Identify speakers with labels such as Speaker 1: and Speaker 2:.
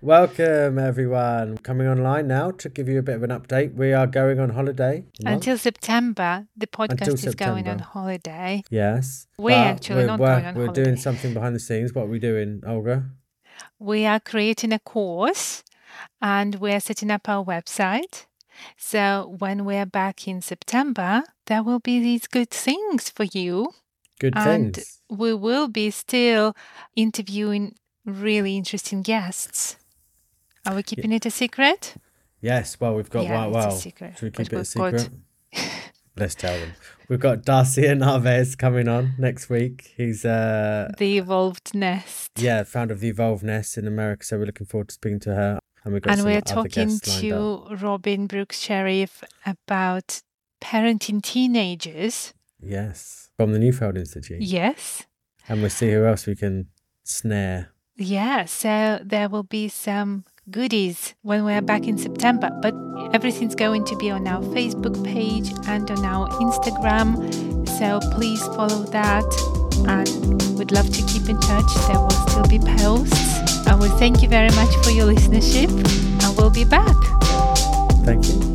Speaker 1: Welcome, everyone. Coming online now to give you a bit of an update. We are going on holiday. a month.
Speaker 2: Until September, the podcast
Speaker 1: Until
Speaker 2: is going on
Speaker 1: September.
Speaker 2: holiday.
Speaker 1: yes.
Speaker 2: We're
Speaker 1: but
Speaker 2: actually not
Speaker 1: wor-
Speaker 2: going on
Speaker 1: We're doing
Speaker 2: holiday.
Speaker 1: something behind the scenes. What are we doing, Olga?
Speaker 2: We are creating a course and we're setting up our website. So when we're back in September, there will be these good things for you.
Speaker 1: Good
Speaker 2: And
Speaker 1: things.
Speaker 2: We will be still interviewing really interesting guests. Are we keeping it a secret?
Speaker 1: Yes. Well, we've got.
Speaker 2: Yeah,
Speaker 1: wow,
Speaker 2: it's a
Speaker 1: wow.
Speaker 2: secret,
Speaker 1: Should we
Speaker 2: but
Speaker 1: keep it a
Speaker 2: we've got-
Speaker 1: secret? Let's tell them. We've got Darcy and Narves coming on next week. He's uh
Speaker 2: The evolved nest.
Speaker 1: yeah founder of the Evolve Nest in America, so we're looking forward to speaking to her. And we've got
Speaker 2: And
Speaker 1: some
Speaker 2: we're
Speaker 1: other
Speaker 2: talking
Speaker 1: guests lined up.
Speaker 2: to Robin Brooks Sheriff about parenting teenagers.
Speaker 1: Yes, from the Newfeld Institute.
Speaker 2: Yes.
Speaker 1: And we'll see who else we can snare.
Speaker 2: Yeah. So there will be some goodies when we're back in September. But everything's going to be on our Facebook page and on our Instagram. So please follow that. And we'd love to keep in touch. There will still be posts. And we thank you very much for your listenership. And we'll be back.
Speaker 1: Thank you.